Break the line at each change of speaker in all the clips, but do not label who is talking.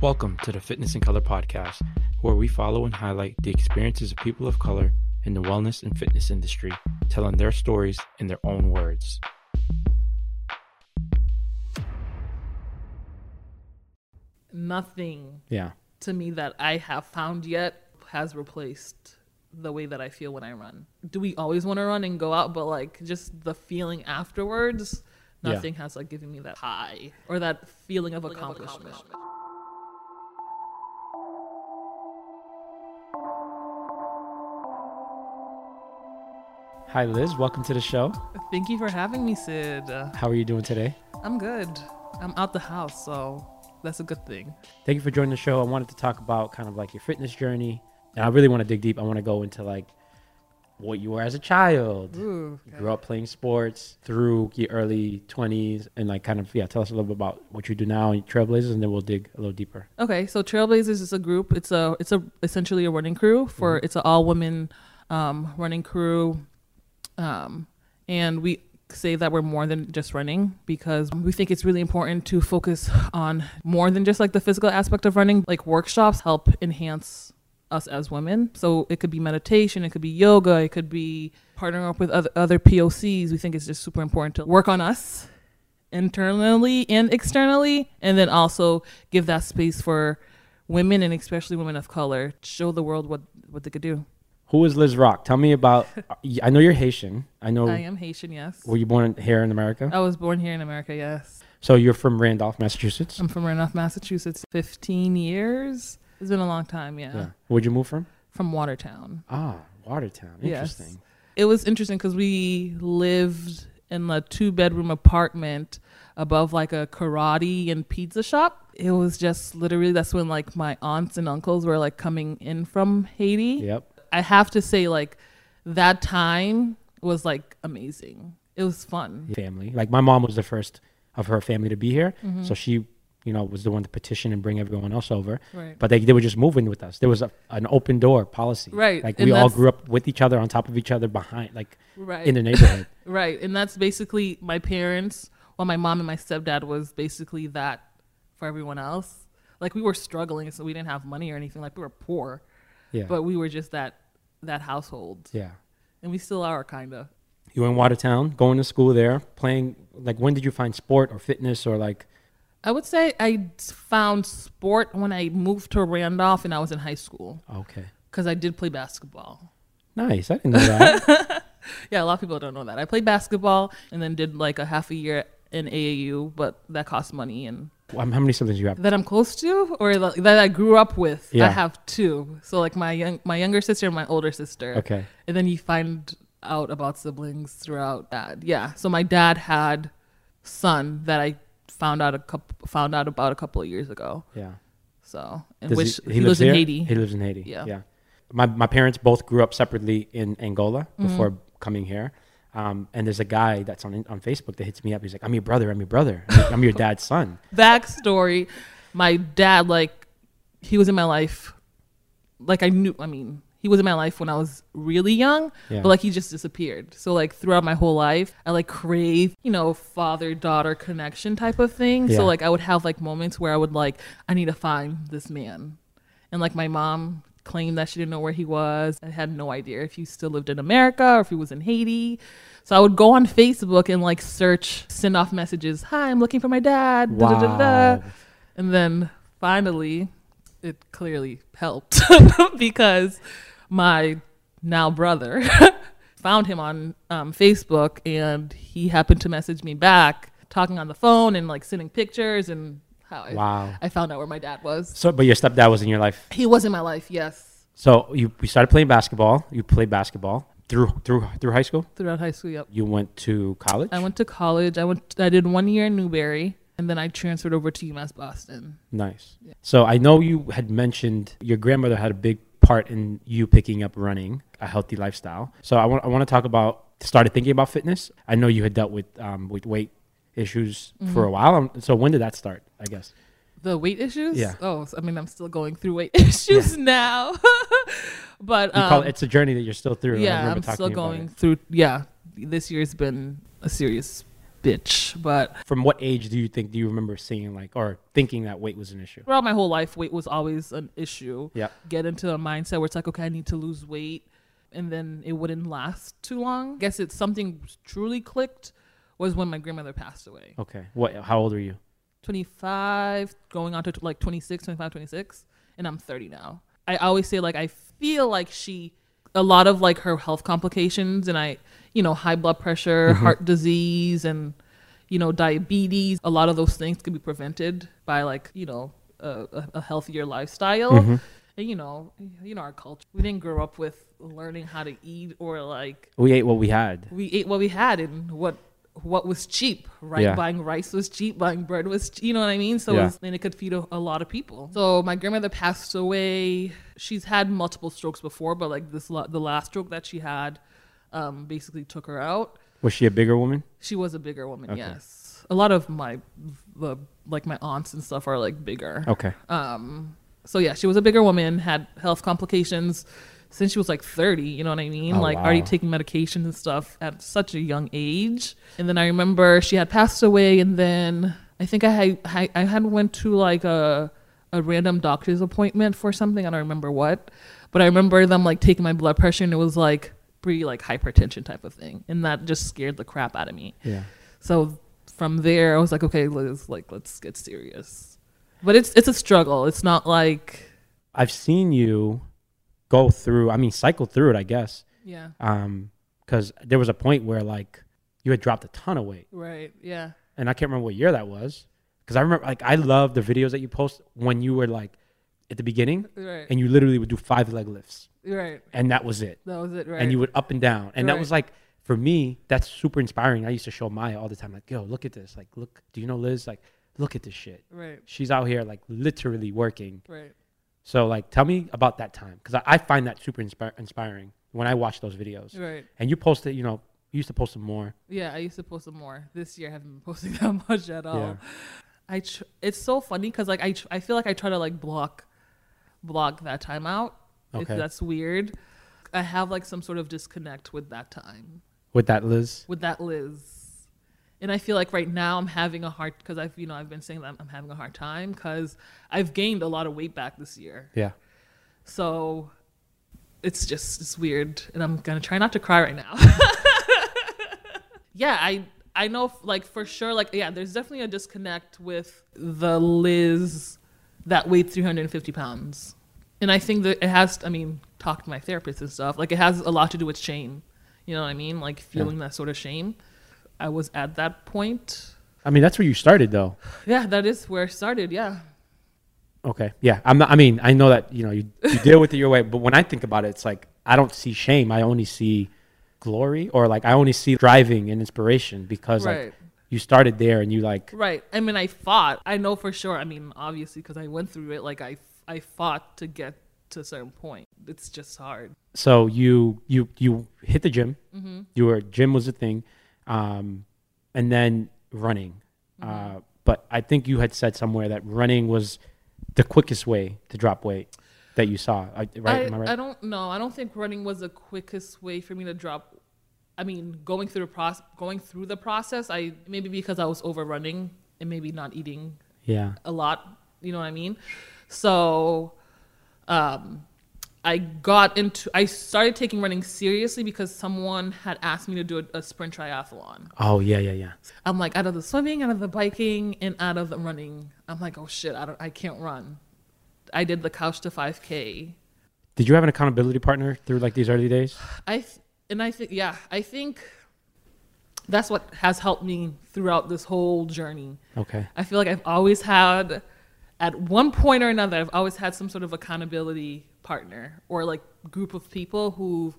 Welcome to the Fitness in Color podcast, where we follow and highlight the experiences of people of color in the wellness and fitness industry, telling their stories in their own words.
Nothing
Yeah.
to me that I have found yet has replaced the way that I feel when I run. Do we always want to run and go out, but like just the feeling afterwards,
Yeah.
nothing has like given me that high or that feeling of accomplishment.
Hi, Liz. Welcome to the show.
Thank you for having me, Sid. Uh,
How are you doing today?
I'm good. I'm out the house, so that's a good thing.
Thank you for joining the show. I wanted to talk about kind of like your fitness journey. And I really want to dig deep. I want to go into like what you were as a child.
Ooh,
You grew up playing sports through your early 20s and like kind of, yeah, tell us a little bit about what you do now in Trailblazers and then we'll dig a little deeper.
Okay, so Trailblazers is a group. It's a it's a essentially a running crew for it's an all women um, running crew, um, and we say that we're more than just running because we think it's really important to focus on more than just like the physical aspect of running. Like workshops help enhance us as women. So it could be meditation, it could be yoga, it could be partnering up with other other POCs. We think it's just super important to work on us internally and externally and then also give that space for women and especially women of color show the world what what they could do
Who is Liz Rock? Tell me about. I know you're Haitian. I know.
i am Oh. haitian yes
Oh. Were you born here in America?
i was born here in america yes
So you're from Randolph, Massachusetts.
i'm from randolph massachusetts 15 years it's been a long time yeah,
yeah. Where'd you move from?
from watertown
Ah, Watertown.
Yes.
Interesting.
it was interesting because we lived in a two bedroom apartment above like a karate and pizza shop it was just literally that's when like my aunts and uncles were like coming in from haiti
Yep.
I have to say, like, that time was like amazing. It was fun.
Family. Like my mom was the first of her family to be here,
Mm-hmm.
so she, you know, was the one to petition and bring everyone else over.
Right.
But they they were just moving with us. There was a, an open door policy.
Right,
Like
and
we all
that's-
grew up with each other, on top of each other, behind, like
Right.
in the neighborhood.
right. And that's basically my parents, well, my mom and my stepdad was basically that for everyone else. Like, we were struggling, so we didn't have money or anything. Like, we were poor,
yeah.
but we were just that that household.
yeah.
And we still are, kind of.
You were in Watertown, going to school there, playing. Like when did you find sport or fitness or like?
I would say I found sport when I moved to Randolph and I was in high school
Okay.
because I did play basketball.
Nice. I didn't know that.
Yeah, a lot of people don't know that. I played basketball and then did like a half a year in AAU, but that costs money and
Um, How many siblings do you have?
that I'm close to or like, that I grew up with.
Yeah.
I have two. So like my young my younger sister and my older sister.
Okay.
And then you find out about siblings throughout that. Yeah. So my dad had son that I found out a couple found out about a couple of years ago.
Yeah.
So and
Does
which he, lives, in
here?
Haiti.
He lives in Haiti. Yeah.
Yeah.
Yeah. My my parents both grew up separately in Angola
Mm-hmm.
before coming here. Um, and there's a guy that's on on Facebook that hits me up. He's like, "I'm your brother. I'm your brother. I'm like, I'm your dad's son."
backstory my dad like he was in my life like i knew i mean he was in my life when i was really young
Yeah.
but like he just disappeared so like throughout my whole life i like crave you know father daughter connection type of thing
Yeah.
so like i would have like moments where i would like i need to find this man and like my mom claimed that she didn't know where he was i had no idea if he still lived in america or if he was in haiti so i would go on facebook and like search send off messages hi i'm looking for my dad da, da, da, da."
Wow.
and then finally it clearly helped because my now brother found him on um, facebook and he happened to message me back talking on the phone and like sending pictures and how I,
Wow.
I found out where my dad was
So, but your stepdad was in your life.
he was in my life, yes.
So you we started playing basketball. You played basketball through through through high school.
Throughout high school, yep.
You went to college.
I went to college. I went. I did one year in Newberry, and then I transferred over to UMass Boston.
Nice. So I know you had mentioned your grandmother had a big part in you picking up running, a healthy lifestyle. So I want I want to talk about started thinking about fitness. I know you had dealt with um, with weight issues for
Mm-hmm.
a while. Um, So when did that start? I guess.
The weight issues.
Yeah.
Oh, so, I mean, I'm still going through weight issues now, but
You
um,
call it, it's a journey that you're still through. I
yeah,
remember
I'm
talking
still
about
going
it.
through. Yeah, this year's been a serious bitch. But
From what age do you think do you remember seeing like or thinking that weight was an issue?
throughout my whole life, weight was always an issue.
Yep.
Get into a mindset where it's like, okay, I need to lose weight, and then it wouldn't last too long. guess it's something truly clicked was when my grandmother passed away.
Okay. What? How old are you?
25 going on to like 26 25 26 and i'm 30 now i always say like i feel like she a lot of like her health complications and i you know high blood pressure heart disease and you know diabetes a lot of those things could be prevented by like you know a, a- a healthier lifestyle and you know you know our culture we didn't grow up with learning how to eat or like
We ate what we had.
we ate what we had and what what was cheap right
Yeah.
buying rice was cheap buying bread was che- you know what i mean so
Yeah.
it was, and it could feed a, a lot of people so my grandmother passed away she's had multiple strokes before but like this la- the last stroke that she had um, basically took her out
Was she a bigger woman?
she was a bigger woman
Okay.
yes a lot of my the like my aunts and stuff are like bigger
Okay.
um so yeah she was a bigger woman had health complications since she was like 30 you know what i mean
Oh,
like
wow.
already taking medications and stuff at such a young age and then i remember she had passed away and then i think i had i, I had went to like a a random doctor's appointment for something i don't remember what but i remember them like taking my blood pressure and it was like pretty like hypertension type of thing and that just scared the crap out of me
Yeah.
so from there, I was like, okay, let's like let's get serious. But it's it's a struggle. It's not like
I've seen you go through. I mean, cycle through it. I guess.
yeah,
Um, because there was a point where like you had dropped a ton of weight,
right, yeah,
and I can't remember what year that was. Because I remember like I love the videos that you post when you were like at the beginning,
right,
and you literally would do five leg lifts,
right.
and that was it.
That was it, right?
and you would up and down. And that
Right.
was like for me, that's super inspiring. I used to show Maya all the time, like, yo, look at this. Like, look, do you know Liz? Like, look at this shit.
right,
She's out here like literally working.
right.
So like, tell me about that time because I, I find that super inspi- inspiring when I watch those videos.
Right.
And you posted, you know, you used to post them more.
Yeah, I used to post some more. This year, I haven't been posting that much at all.
Yeah.
I tr- it's so funny because like I tr- I feel like I try to like block block that time out. If
Okay.
that's weird. I have like some sort of disconnect with that time.
with that, Liz.
with that Liz. And I feel like right now I'm having a hard because I've you know I've been saying that I'm, I'm having a hard time because I've gained a lot of weight back this year.
Yeah.
So it's just it's weird, and I'm gonna try not to cry right now. yeah, I I know like for sure like yeah, there's definitely a disconnect with the Liz that weighed 350 pounds, and I think that it has. I mean, talk to my therapist and stuff. Like it has a lot to do with shame. You know what I mean? Like feeling that sort of shame. I was at that point.
I mean, that's where you started though.
Yeah, that is where it started. Yeah.
Okay. Yeah. I'm not, I mean, I know that, you know, you, you deal with it your way, but when I think about it, it's like, I don't see shame. I only see glory or like, I only see driving and inspiration because
Right.
like you started there and you like,
Right. I mean, I fought. I know for sure. I mean, obviously, because I went through it. Like I, I fought to get to a certain point. It's just hard.
so you, you, you hit the gym,
Mm-hmm.
you were, gym was a thing. Um, and then running.
Mm-hmm.
Uh, but I think you had said somewhere that running was the quickest way to drop weight that you saw. I, right.
I,
Am I
I
right?
don't know. I don't think running was the quickest way for me to drop. I mean, going through the process, going through the process. I maybe because I was overrunning and maybe not eating
Yeah.
a lot. You know what I mean? So, um, I got into. I started taking running seriously because someone had asked me to do a, a sprint triathlon.
Oh yeah. Yeah. Yeah.
I'm like out of the swimming, out of the biking, and out of the running. I'm like, oh shit, I don't, I can't run. I did the couch to 5K.
Did you have an accountability partner through like these early days?
I th- and I think, yeah, I think that's what has helped me throughout this whole journey.
Okay.
I feel like I've always had, at one point or another, I've always had some sort of accountability partner or like group of people who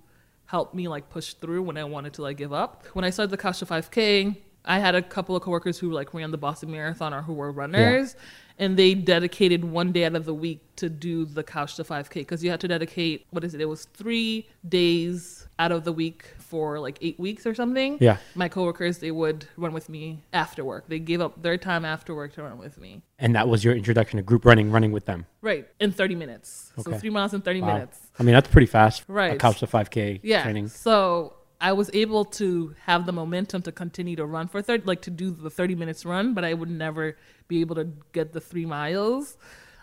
helped me like push through when I wanted to like give up. When I started the Kasha 5K, I had a couple of coworkers who like ran the Boston Marathon or who were runners, and they dedicated one day out of the week to do the Couch to 5K because you had to dedicate what is it? It was three days out of the week for like eight weeks or something
Yeah.
my coworkers they would run with me after work they gave up their time after work to run with me
And that was your introduction to group running, running with them.
right in 30 minutes so
Okay.
three miles in 30
Wow.
minutes
I mean, that's pretty fast.
Right.
A couch to 5K
yeah
training.
so I was able to have the momentum to continue to run for 30, like to do the 30 minutes run, but I would never be able to get the three miles.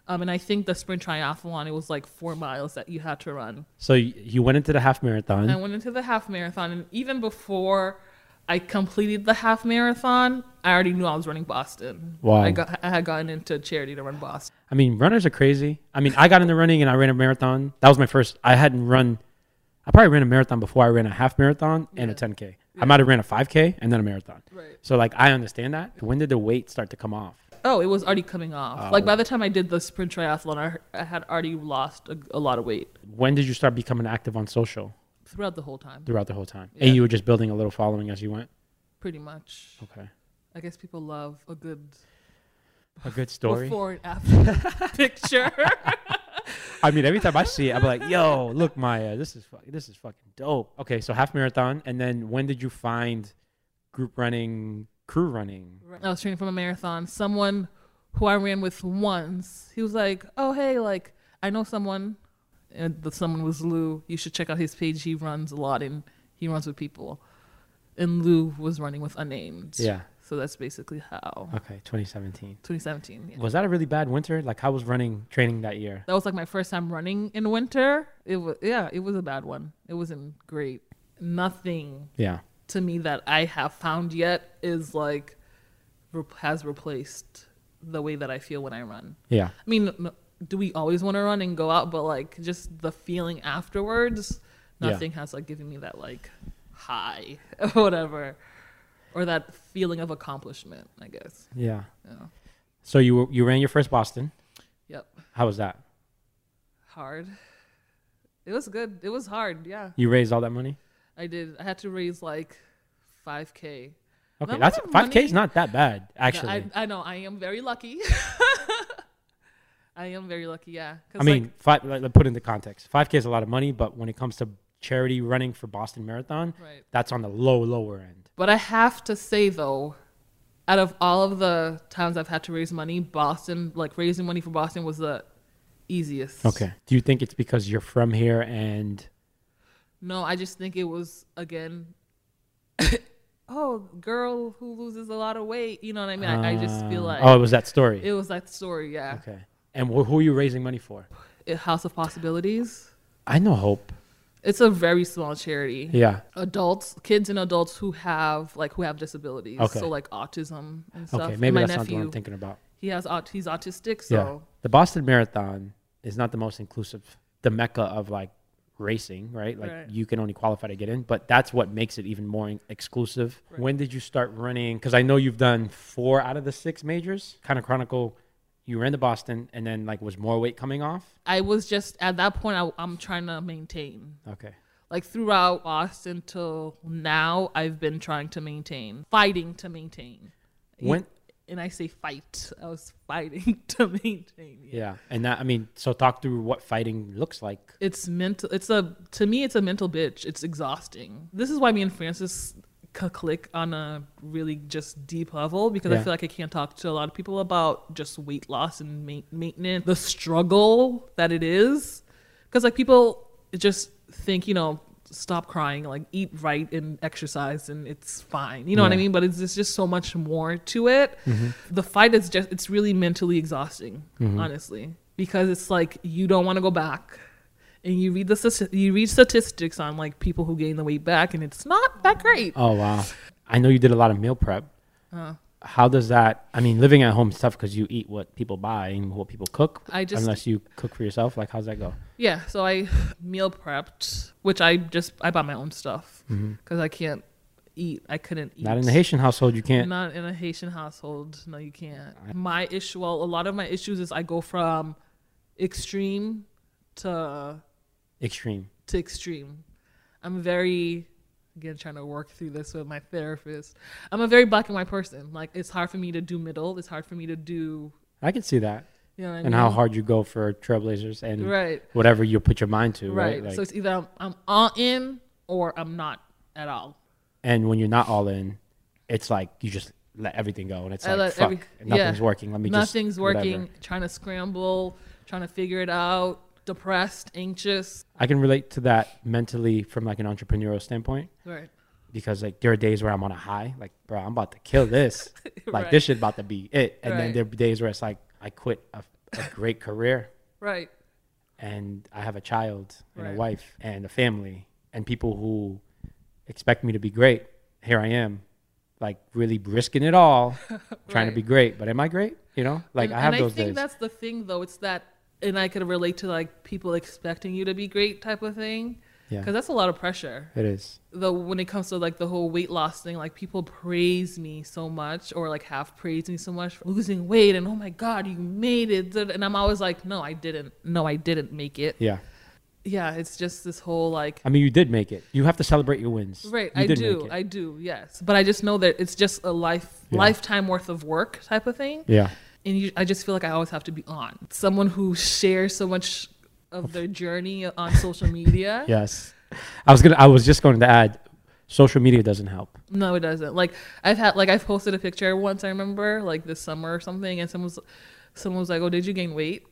Um, and I think the sprint triathlon, it was like four miles that you had to run.
So y- you went into the half marathon.
I went into the half marathon, and even before I completed the half marathon, I already knew I was running Boston.
Wow.
I, got, I had gotten into charity to run Boston.
I mean, runners are crazy. I mean, I got into running and I ran a marathon. That was my first. I hadn't run. I probably ran a marathon before I ran a half marathon and a 10k. I might have ran a 5k and then a marathon.
Right.
So like, I understand that. When did the weight start to come off?
Oh, it was already coming off. Like by the time I did the sprint triathlon, I, I had already lost a, a lot of weight
When did you start becoming active on social
throughout the whole time,
throughout the whole time?
Yeah.
And you were just building a little following as you went.
pretty much.
Okay.
I guess people love a good
A good story.
before and after picture.
I mean, every time I see it, I'm like, "Yo, look, Maya, this is fucking, this is fucking dope." Okay, so half marathon, and then when did you find group running, crew running?
I was training for a marathon. Someone who I ran with once, he was like, "Oh hey, like I know someone," and the someone was Lou. You should check out his page. He runs a lot and he runs with people. And Lou was running with unnamed.
Yeah. Uh,
So that's basically how
Okay, 2017.
2017. Yeah.
Was that a really bad winter? Like, how was running training that year?
That was like my first time running in winter. It was yeah, it was a bad one. It wasn't great. Nothing
Yeah.
to me that I have found yet is like rep- has replaced the way that I feel when I run.
Yeah.
I mean, n- do we always want to run and go out? But like, just the feeling afterwards,
Yeah.
nothing has like given me that like high or whatever, or that feeling of accomplishment. I guess.
Yeah.
Yeah.
So you were, you ran your first Boston.
Yep.
How was that?
Hard. It was good. It was hard. Yeah.
You raised all that money?
I did. I had to raise like five k.
Okay,
Not a lot
that's
of
5K is
money.
not that bad actually.
I, I know. I am very lucky. I am very lucky. Yeah. 'Cause,
I
like,
mean, five, like, let- put into context. 5K is a lot of money, but when it comes to charity running for Boston Marathon,
Right.
that's on the low lower end.
But I have to say though, out of all of the times I've had to raise money, Boston, like raising money for Boston was the easiest.
Okay. Do you think it's because you're from here and
No, I just think it was again Oh, girl who loses a lot of weight, you know what I mean? I, I just feel
uh,
like
Oh, it was that story.
it was that story, yeah.
okay. And wh- who are you raising money for?
It- House of Possibilities.
I know Hope.
It's a very small charity.
Yeah.
Adults, kids and adults who have like who have disabilities.
Okay.
So like autism and stuff.
Okay,
And
maybe
my
that's not the
nephew,
one I'm thinking about.
he has aut- he's autistic, so
Yeah. The Boston Marathon is not the most inclusive, the mecca of like racing, right? Like
Right.
you can only qualify to get in, but that's what makes it even more in- exclusive.
Right.
When did you start running? Because I know you've done four out of the six majors. Kind of chronicle, you ran to Boston and then like was more weight coming off.
I was just at that point. I, I'm trying to maintain.
Okay.
Like throughout Austin till now, I've been trying to maintain, fighting to maintain.
When?
And I say fight. I was fighting to maintain.
Yeah. And that, I mean, so talk through what fighting looks like.
It's mental. It's a to me. It's a mental bitch. It's exhausting. This is why me and Francis c- click on a really just deep level because
Yeah.
I feel like I can't talk to a lot of people about just weight loss and ma- maintenance, the struggle that it is. Because like people just think you know stop crying, like eat right and exercise and it's fine. You know what I
Yeah.
mean? But it's, it's just so much more to it. The fight is just it's really mentally exhausting, honestly, because it's like you don't want to go back and you read the statist- you read statistics on like people who gain the weight back, and it's not that great.
Oh wow! I know you did a lot of meal prep.
Uh-huh.
How does that? I mean, living at home is tough because you eat what people buy and what people cook.
I just-
unless you cook for yourself. Like, how's that go?
Yeah, so I meal prepped, which I just I bought my own stuff because I can't eat. I couldn't
Mm-hmm.
eat. Mm.
Not in the Haitian household, you can't.
Not in a Haitian household. No, you can't. My issue, well, a lot of my issues is I go from extreme to
Extreme.
to extreme. I'm very again trying to work through this with my therapist. I'm a very black and white person. Like it's hard for me to do middle. It's hard for me to do
I can see that.
you know what I mean?
And how hard you go for trailblazers and
Right.
whatever you put your mind to, right?
Right.
Like,
so it's either I'm, I'm all in or I'm not at all.
and when you're not all in, it's like you just let everything go, and it's
I
like
let
fuck,
every- yeah.
nothing's working. Let me just
Nothing's working.
whatever.
Trying to scramble, trying to figure it out. depressed, anxious.
I can relate to that mentally from like an entrepreneurial standpoint
Right.
because like there are days where I'm on a high, like bro, I'm about to kill this, like
Right.
this shit about to be it, and then
Right.
there are days where it's like I quit a, a great career
Right.
and I have a child and a
Right.
wife and a family and people who expect me to be great. Here I am, like really risking it all, trying to
Right.
be great. But am I great? You know, like
and,
I have
and
those
I think
days.
that's the thing though. It's that, and I could relate to like people expecting you to be great type of thing.
Yeah.
Because that's a lot of pressure.
It is.
Though when it comes to like the whole weight loss thing, like people praise me so much or like have praised me so much for losing weight and oh my god, you made it. And I'm always like, no, I didn't. No, I didn't make it.
Yeah.
Yeah, it's just this whole like
I mean, you did make it. You have to celebrate your wins.
Right,
You
I
did
do.
make it.
I do. Yes, but I just know that it's just a life
Yeah.
lifetime worth of work type of thing.
yeah.
And you, I just feel like I always have to be on someone who shares so much of their journey on social media.
Yes. I was gonna. I was just going to add, social media doesn't help.
No, it doesn't. Like I've had like I've posted a picture once I remember like this summer or something, and someone's someone was like, "Oh, did you gain weight?"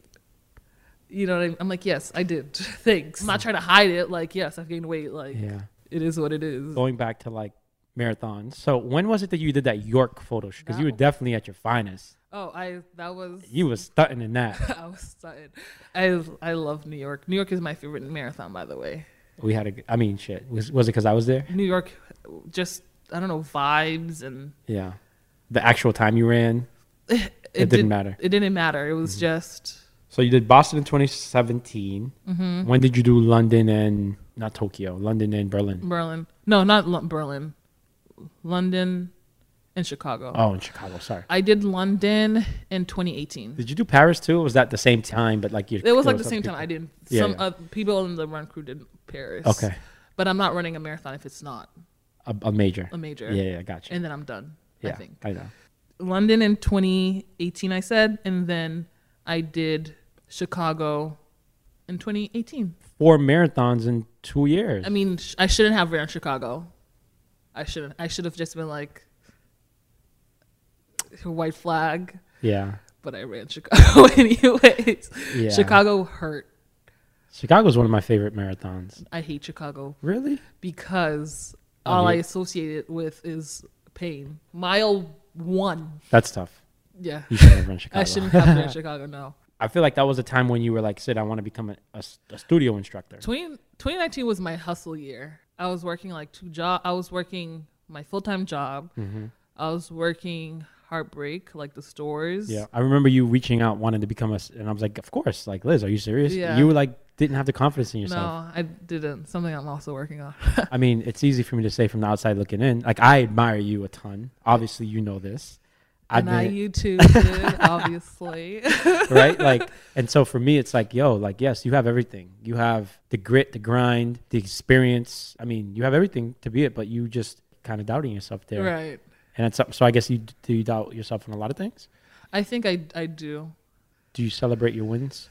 You know what I mean? I'm like, "Yes, I did. Thanks." I'm not trying to hide it. Like, yes, I've gained weight. Like,
Yeah.
it is what it is.
Going back to like marathons. So when was it that you did that York photo shoot? Because you were
That-
definitely at your finest.
Oh, I that was
You was stunting in that.
I was excited. I I love New York. New York is my favorite marathon, by the way.
We had a. g- I mean, shit. Was was it because I was there?
New York, just I don't know vibes and
Yeah. The actual time you ran.
it,
didn't
did-
matter. Mm-hmm.
It didn't matter. It was just
So you did Boston in 2017.
Mm-hmm.
When did you do London and not Tokyo? London and Berlin.
Berlin. No, not L- Berlin, London, and Chicago.
Oh, in Chicago. Sorry.
I did London in 2018.
Did you do Paris too? Or was that the same time? But like you.
It was
there
like the
other
same
people?
time I did.
Yeah,
Some
yeah.
Uh, people in the run crew did Paris.
Okay.
But I'm not running a marathon if it's not
A, a major.
a major.
Yeah, yeah, gotcha.
And then I'm done.
yeah,
I think.
I know.
London in 2018, I said, and then I did Chicago in 2018.
Four marathons in two years.
I mean, sh- I shouldn't have ran Chicago. I shouldn't. I should have just been like white flag,
yeah.
but I ran Chicago anyways.
Yeah.
Chicago hurt.
Chicago's one of my favorite marathons.
I hate Chicago
Really?
because
Oh,
all I
yeah.
associate it with is pain. Mile one.
That's tough.
Yeah.
You shouldn't have run Chicago.
I shouldn't have ran Chicago, no.
I feel like that was a time when you were like, Sid, I want to become a, a s- a studio instructor.
20, 2019 was my hustle year. I was working like two job. I was working my full time job.
Mm-hmm.
I was working Heartbreak, like the stores.
Yeah, I remember you reaching out, wanting to become a, s- and I was like, of course, like Liz, are you serious?
Yeah.
You were like, didn't have the confidence in
No,
yourself.
I didn't. Something I'm also working on.
I mean, it's easy for me to say from the outside looking in. Like, I admire you a ton. Obviously, you know this. I've
and I,
been-
you too, did, obviously.
right? Like, and so for me, it's like, yo, like, yes, you have everything. You have the grit, the grind, the experience. I mean, you have everything to be it, but you just kind of doubting yourself there.
Right.
And it's so I guess you do you doubt yourself in a lot of things.
I think I, I do.
Do you celebrate your wins?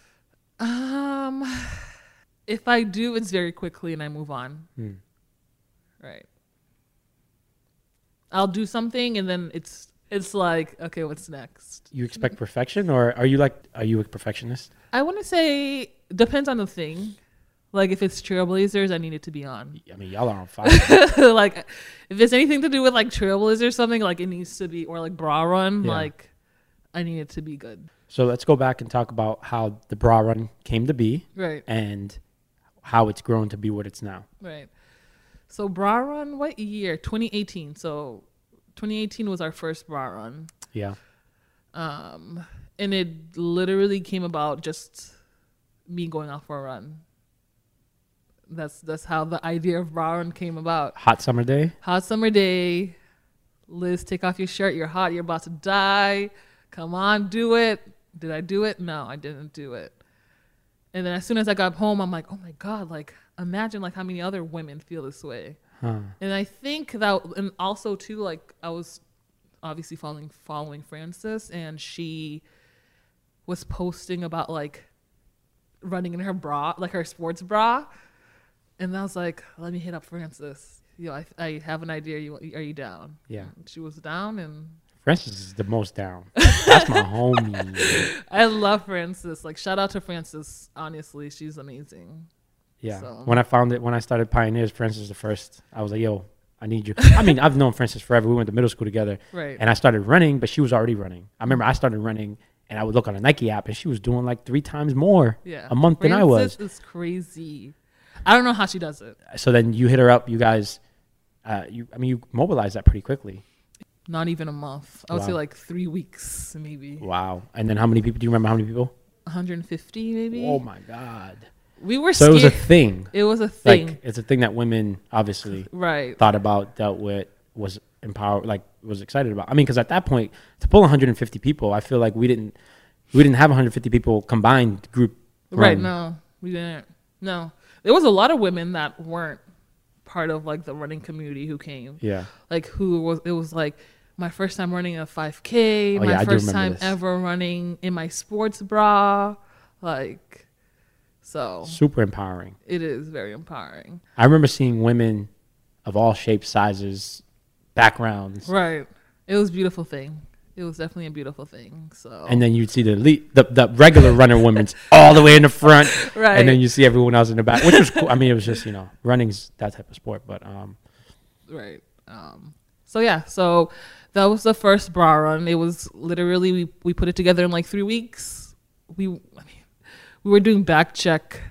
Um, if I do, it's very quickly and I move on.
Hmm.
Right. I'll do something and then it's it's like, okay, what's next?
You expect perfection, or are you like, are you a perfectionist?
I want to say depends on the thing. Like if it's Trailblazers, I need it to be on.
I mean, y'all are on fire.
like if it's anything to do with like Trailblazers or something, like it needs to be or like Bra Run,
Yeah.
like I need it to be good.
so let's go back and talk about how the bra run came to be
Right.
and how it's grown to be what it's now.
Right. So Bra Run, what year? 2018. So 2018 was our first Bra Run.
Yeah.
Um, and it literally came about just me going out for a run. That's that's how the idea of Bra Run came about.
Hot summer day.
Hot summer day. Liz, take off your shirt. You're hot. You're about to die. Come on, do it. Did I do it? No, I didn't do it. And then as soon as I got home, I'm like, oh my God, like imagine like how many other women feel this way.
Huh.
And I think that and also too, like I was obviously following following Frances and she was posting about like running in her bra, like her sports bra. And I was like, let me hit up Frances. You know, I, I have an idea. You, are you down?
Yeah.
And she was down, and
Francis is the most down. That's my homie.
I love Frances. Like shout out to Frances. Honestly, she's amazing.
Yeah.
So-
When I found it, when I started Pioneers, Francis was the first. I was like, yo, I need you. I mean, I've known Francis forever. We went to middle school together.
Right.
And I started running, but she was already running. I remember I started running and I would look on a Nike app and she was doing like three times more
Yeah.
a month than I was.
Frances is crazy. I don't know how she does it.
So then you hit her up, you guys, uh, you, I mean, you mobilized that pretty quickly.
Not even a month. I would say
Wow.
like three weeks, maybe.
Wow. And then how many people, do you remember how many people?
150, maybe.
Oh my God.
we were
So it
scared.
was a thing.
thing.
Like, it's a thing that women obviously
right.
thought about, dealt with, was empowered, like was excited about. I mean, because at that point, to pull 150 people, I feel like we didn't we didn't have 150 people combined group.
Right.
run.
No, we didn't. No, there was a lot of women that weren't part of like the running community who came.
Yeah.
Like who was it was like my first time running a 5K,
Oh,
my
yeah, I do
first
remember
time
this.
ever running in my sports bra, like so
Super empowering.
it is very empowering.
I remember seeing women of all shapes, sizes, backgrounds,
Right. It was a beautiful thing. It was definitely a beautiful thing. So
and then you'd see the elite, the, the regular runner women's all the way in the front,
Right.
and then you see everyone else in the back, which was cool. I mean, it was just you know, running's that type of sport, but um,
right um so yeah so that was the first bra run it was literally we, we put it together in like three weeks we I mean, we were doing back check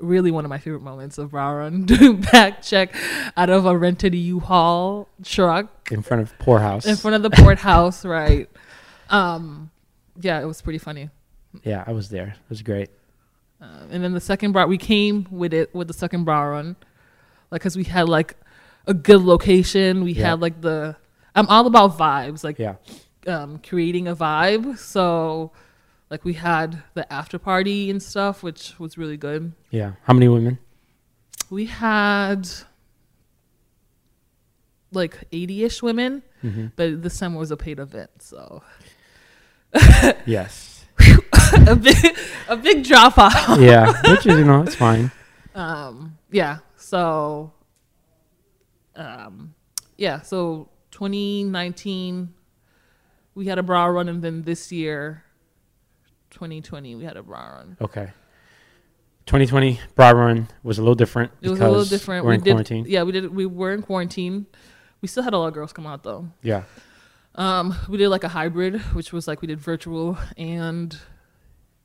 really one of my favorite moments of bra run doing back check out of a rented u-haul truck
in front of poorhouse,
in front of the port house right um yeah it was pretty funny
yeah, I was there. It was great.
Um, and then the second bra, we came with it with the second bra run, like because we had like a good location. We
Yeah.
had like the I'm all about vibes, like
Yeah,
um, creating a vibe. So like we had the after party and stuff, which was really good.
yeah. How many women?
We had like 80-ish women,
Mm-hmm.
but this time it was a paid event, so
Yes.
a big a big drop off.
yeah, which is you know it's fine.
um yeah so um yeah so 2019 we had a bra run and then this year 2020 we had a bra run
Okay. 2020 bra run was a little different.
it was a little
because
different
We're
we
in
did
quarantine.
yeah we did we were in quarantine we still had a lot of girls come out though
Yeah.
um we did like a hybrid which was like we did virtual and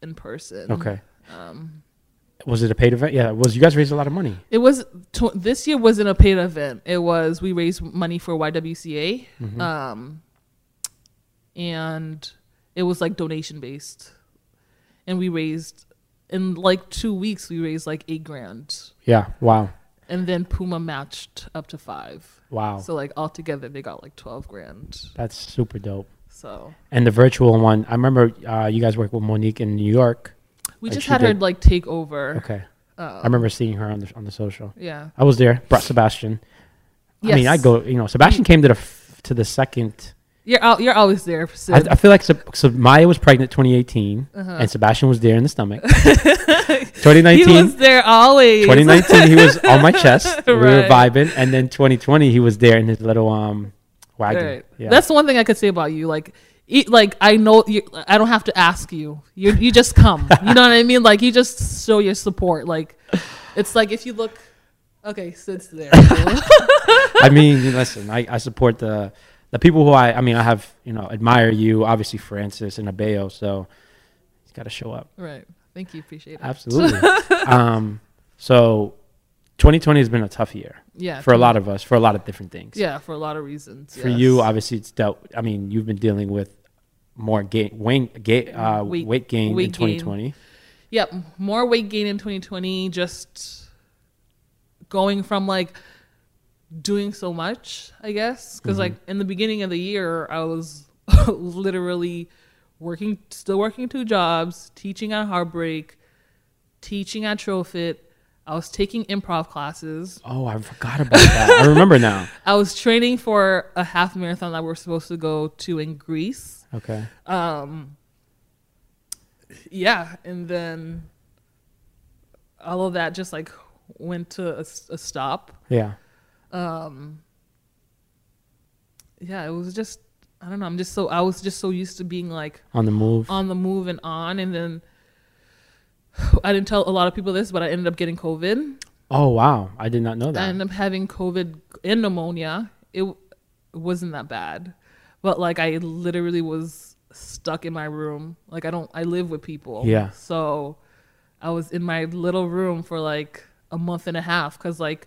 in person
Okay.
um
Was it a paid event? Yeah. it Was you guys raised a lot of money?
It was tw- this year wasn't a paid event. It was we raised money for YWCA,
Mm-hmm.
um, and it was like donation based, and we raised in like two weeks we raised like eight grand,
Yeah. Wow.
and then Puma matched up to five.
Wow.
So like altogether they got like twelve grand.
That's super dope.
So
And the virtual one, I remember uh, you guys worked with Monique in New York.
we
And
just
she
had her
did-
like take over.
Okay.
Uh,
I remember seeing her on the on the social.
yeah.
I was there. Brought Sebastian. I mean, I
Yes.
go. You know, Sebastian came to the f- to the second.
You're out. You're always there. Sid.
I, I feel like Seb- so Maya was pregnant 2018, and Sebastian was there in the stomach. 2019,
he Uh-huh. was there always.
2019 he was on my chest we were
Right.
vibing and then 2020 he was there in his little um wagon
Right.
yeah
That's the one thing I could say about you. Like, e like I know you. I don't have to ask you. You you just come. you know what I mean? Like you just show your support. Like, it's like if you look. Okay, sits there.
i mean listen I, I support the the people who i i mean i have you know admire you obviously francis and abeo so he's got to show up
right. Thank you. Appreciate it.
absolutely um so 2020 has been a tough year
Yeah.
for a lot of us for a lot of different things
Yeah, for a lot of reasons.
for you
yes.
obviously it's dealt i mean you've been dealing with more gain, weight, gain, uh,
Weight-
weight, gain in
weight gain.
2020
Yep, more weight gain in 2020. Just going from like doing so much, I guess, because like in the beginning of the year, I was literally working, still working two jobs, teaching at Heartbreak, teaching at Trofit. I was taking improv classes.
oh i forgot about that i remember now
I was training for a half marathon that we're supposed to go to in Greece.
Okay.
um yeah and then all of that just like went to a, s- a stop
Yeah.
um yeah it was just I don't know. I'm just so I was just so used to being like
on the move?
on the move and on, and then I didn't tell a lot of people this, but I ended up getting COVID.
oh wow, I did not know
I
that.
ended up having COVID and pneumonia. It, w- it wasn't that bad, but like I literally was stuck in my room. Like I don't, I live with people.
Yeah.
So I was in my little room for like a month and a half because like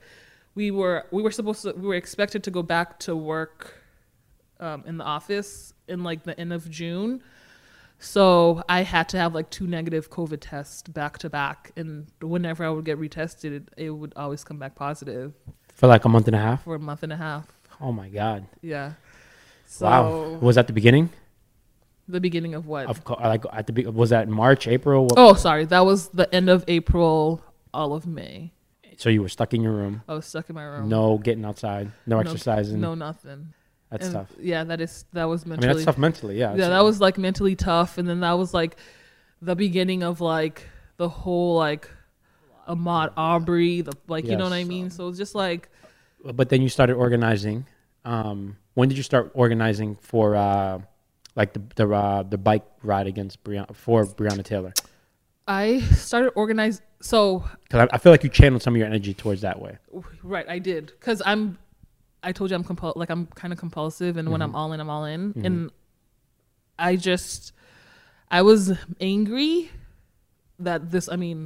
we were we were supposed to we were expected to go back to work um, in the office in like the end of June. So I had to have like two negative COVID tests back to back, and whenever I would get retested, it, it would always come back positive
For like a month and a half.
for a month and a half.
Oh my god.
Yeah. So
wow. Was that the beginning?
the beginning of what?
Of co- like at the be- was that March, April? What-
oh, sorry, that was the end of April, all of May.
So you were stuck in your room,
I was stuck in my Oh. room.
no getting outside, no, exercising.
No nothing.
that's
And,
tough.
Yeah, that is that was
I mean,
mentally.
that's tough mentally. Yeah.
yeah,
It's-
that was like mentally tough, and then that was like the beginning of like the whole like Ahmad Aubrey, the like you know what I
Yes.
mean. So it's just like
but then you started organizing. Um, when did you start organizing for uh, like the the, uh, the bike ride against Breonna, for Breonna Taylor?
I started organize. So
Because I, I feel like you channeled some of your energy towards that way.
right, I did because I'm. I told you I'm compul like I'm kind of compulsive, and when I'm all in, I'm all in, and I just I was angry that this. I mean,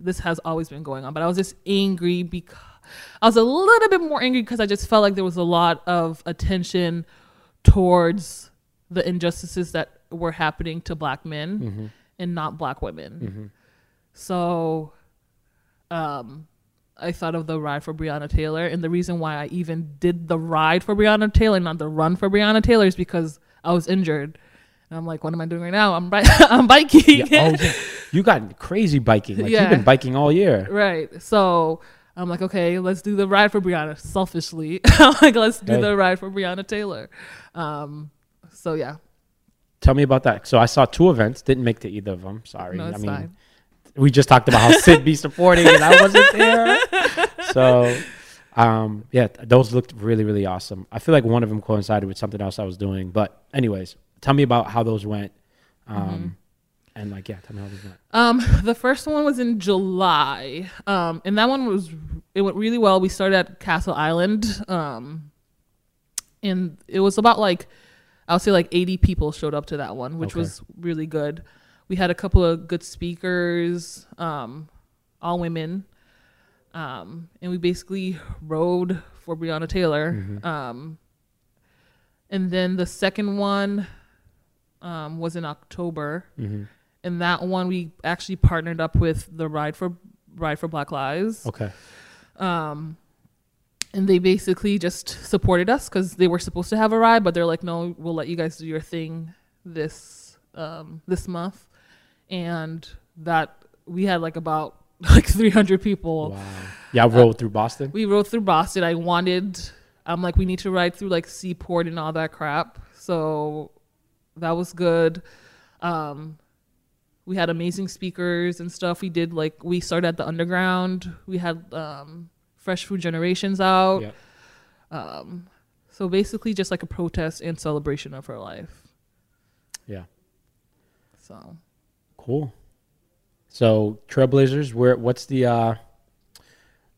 this has always been going on, but I was just angry because I was a little bit more angry because I just felt like there was a lot of attention towards the injustices that were happening to black men
Mm-hmm.
and not black women. So um, I thought of the ride for Breonna Taylor. And the reason why I even did the ride for Breonna Taylor, not the run for Breonna Taylor, is because I was injured. And I'm like, what am I doing right now? I'm bi- I'm biking.
Yeah, oh, yeah. You got crazy biking. Like you've
Yeah.
been biking all year.
Right. So I'm like, okay, let's do the ride for Breonna. Selfishly, I'm like, let's do
Hey.
the ride for Breonna Taylor. Um, so yeah,
Tell me about that. So I saw two events. Didn't make it to either of them. Sorry.
no, it's
I mean,
fine.
we just talked about how Sid be supporting and I wasn't there. So, um, yeah, th- those looked really, really awesome. I feel like one of them coincided with something else I was doing. But, anyways, tell me about how those went. Um, And, like, yeah, tell me how those went.
Um, the first one was in July. Um, and that one was it went really well. We started at Castle Island. Um, and it was about like I'll say like 80 people showed up to that one, which
Okay.
was really good. We had a couple of good speakers, um, all women. Um, and we basically rode for Breonna Taylor. Um, and then the second one um, was in October and that one we actually partnered up with the Ride for Ride for Black Lives, Um,
Okay.
and they basically just supported us because they were supposed to have a ride, but they're like, no, we'll let you guys do your thing this um, this month, and that we had like about like 300 people.
Wow. Y'all rolled through Boston?
We rode through Boston. I wanted, I'm like, we need to ride through like Seaport and all that crap. So that was good. Um, we had amazing speakers and stuff. We did like, we started at the underground. We had um, Fresh Food Generations out.
Yeah.
So basically, just like a protest and celebration of her life.
Yeah.
So
Cool. So, Trailblazers, where, what's the. Uh,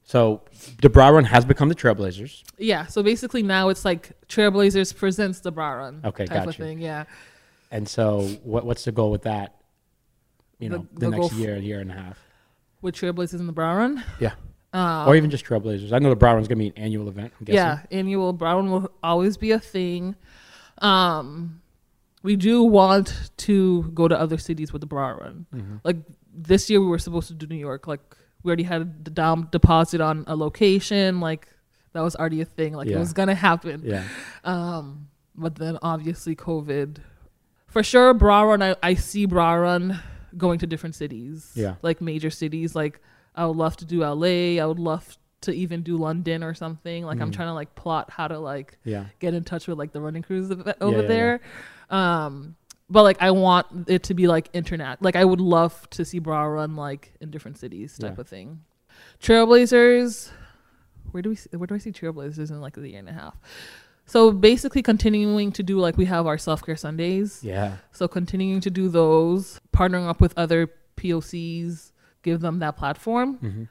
so, the Bra Run has become the Trailblazers.
yeah, so basically now it's like Trailblazers presents the Bra Run
Okay,
type
got
of
you.
thing. Yeah.
And so, what, what's the goal with that? You
The-
know,
the
the,
goal
next
f-
year, year and a half.
With Trailblazers and the Bra Run.
Yeah.
Um,
or even just Trailblazers. I know the Brown Run's going to be an annual event. I'm guessing.
Yeah, annual brown will always be a thing. Um, we do want to go to other cities with the brown run.
Mm-hmm.
Like this year, we were supposed to do New York. Like we already had the down deposit on a location. Like that was already a thing. Like it
Yeah.
was gonna happen.
Yeah.
Um, but then obviously COVID. For sure, bra run. I, I see bra run going to different cities.
Yeah.
Like major cities. Like I would love to do LA. I would love to even do London or something. Like I'm trying to like plot how to like
Yeah.
get in touch with like the running crews of- over
yeah, yeah.
there. Um, but like I want it to be like internet. Like I would love to see bra run like in different cities type
Yeah.
of thing. Trailblazers. Where do we see, where do I see Trailblazers in like a year and a half? So basically, continuing to do like we have our self care Sundays.
Yeah.
So continuing to do those, partnering up with other POCs, give them that platform,
Mm-hmm.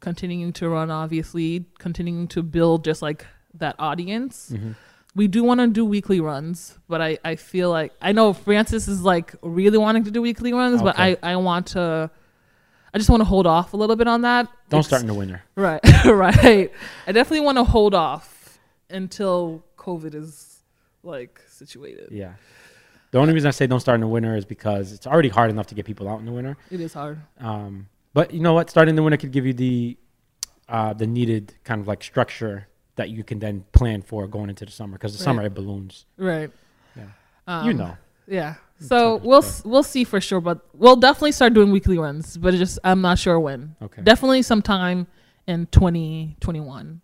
continuing to run, obviously, continuing to build just like that audience.
Mm-hmm.
We do want to do weekly runs, but I, I feel like I know Francis is like really wanting to do weekly runs, but I,
Okay.
I want to, I just want to hold off a little bit on that.
Don't
It's-
start in the winter.
Right, right. I definitely want to hold off until COVID is like situated.
Yeah. The only reason I say don't start in the winter is because it's already hard enough to get people out in the winter.
It is hard.
Um, but you know what? Starting in the winter could give you the uh, the needed kind of like structure that you can then plan for going into the summer because the summer
Right.
it balloons.
Right.
Yeah.
Um,
you know.
Yeah. So
October's
we'll
tough.
s- we'll see for sure, but we'll definitely start doing weekly runs. But it's just I'm not sure when.
Okay.
Definitely sometime in 2021.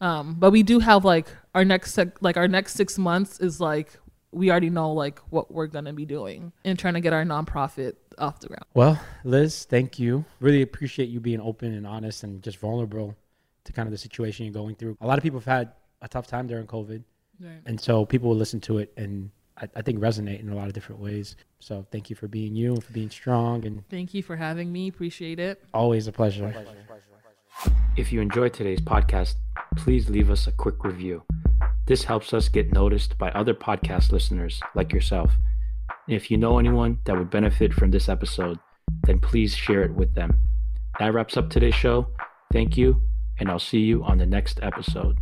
Um, but we do have like our next sec- like our next six months is like we already know like what we're gonna be doing and trying to get our nonprofit off the ground.
Well, Liz, thank you. Really appreciate you being open and honest and just vulnerable to kind of the situation you're going through. A lot of people have had a tough time during COVID,
Right.
and so people will listen to it and I, I think resonate in a lot of different ways. So thank you for being you and for being strong and
Thank you for having me. Appreciate it.
always a pleasure.
If you enjoyed today's podcast, please leave us a quick review. This helps us get noticed by other podcast listeners like yourself. And if you know anyone that would benefit from this episode, then please share it with them. That wraps up today's show. Thank you, and I'll see you on the next episode.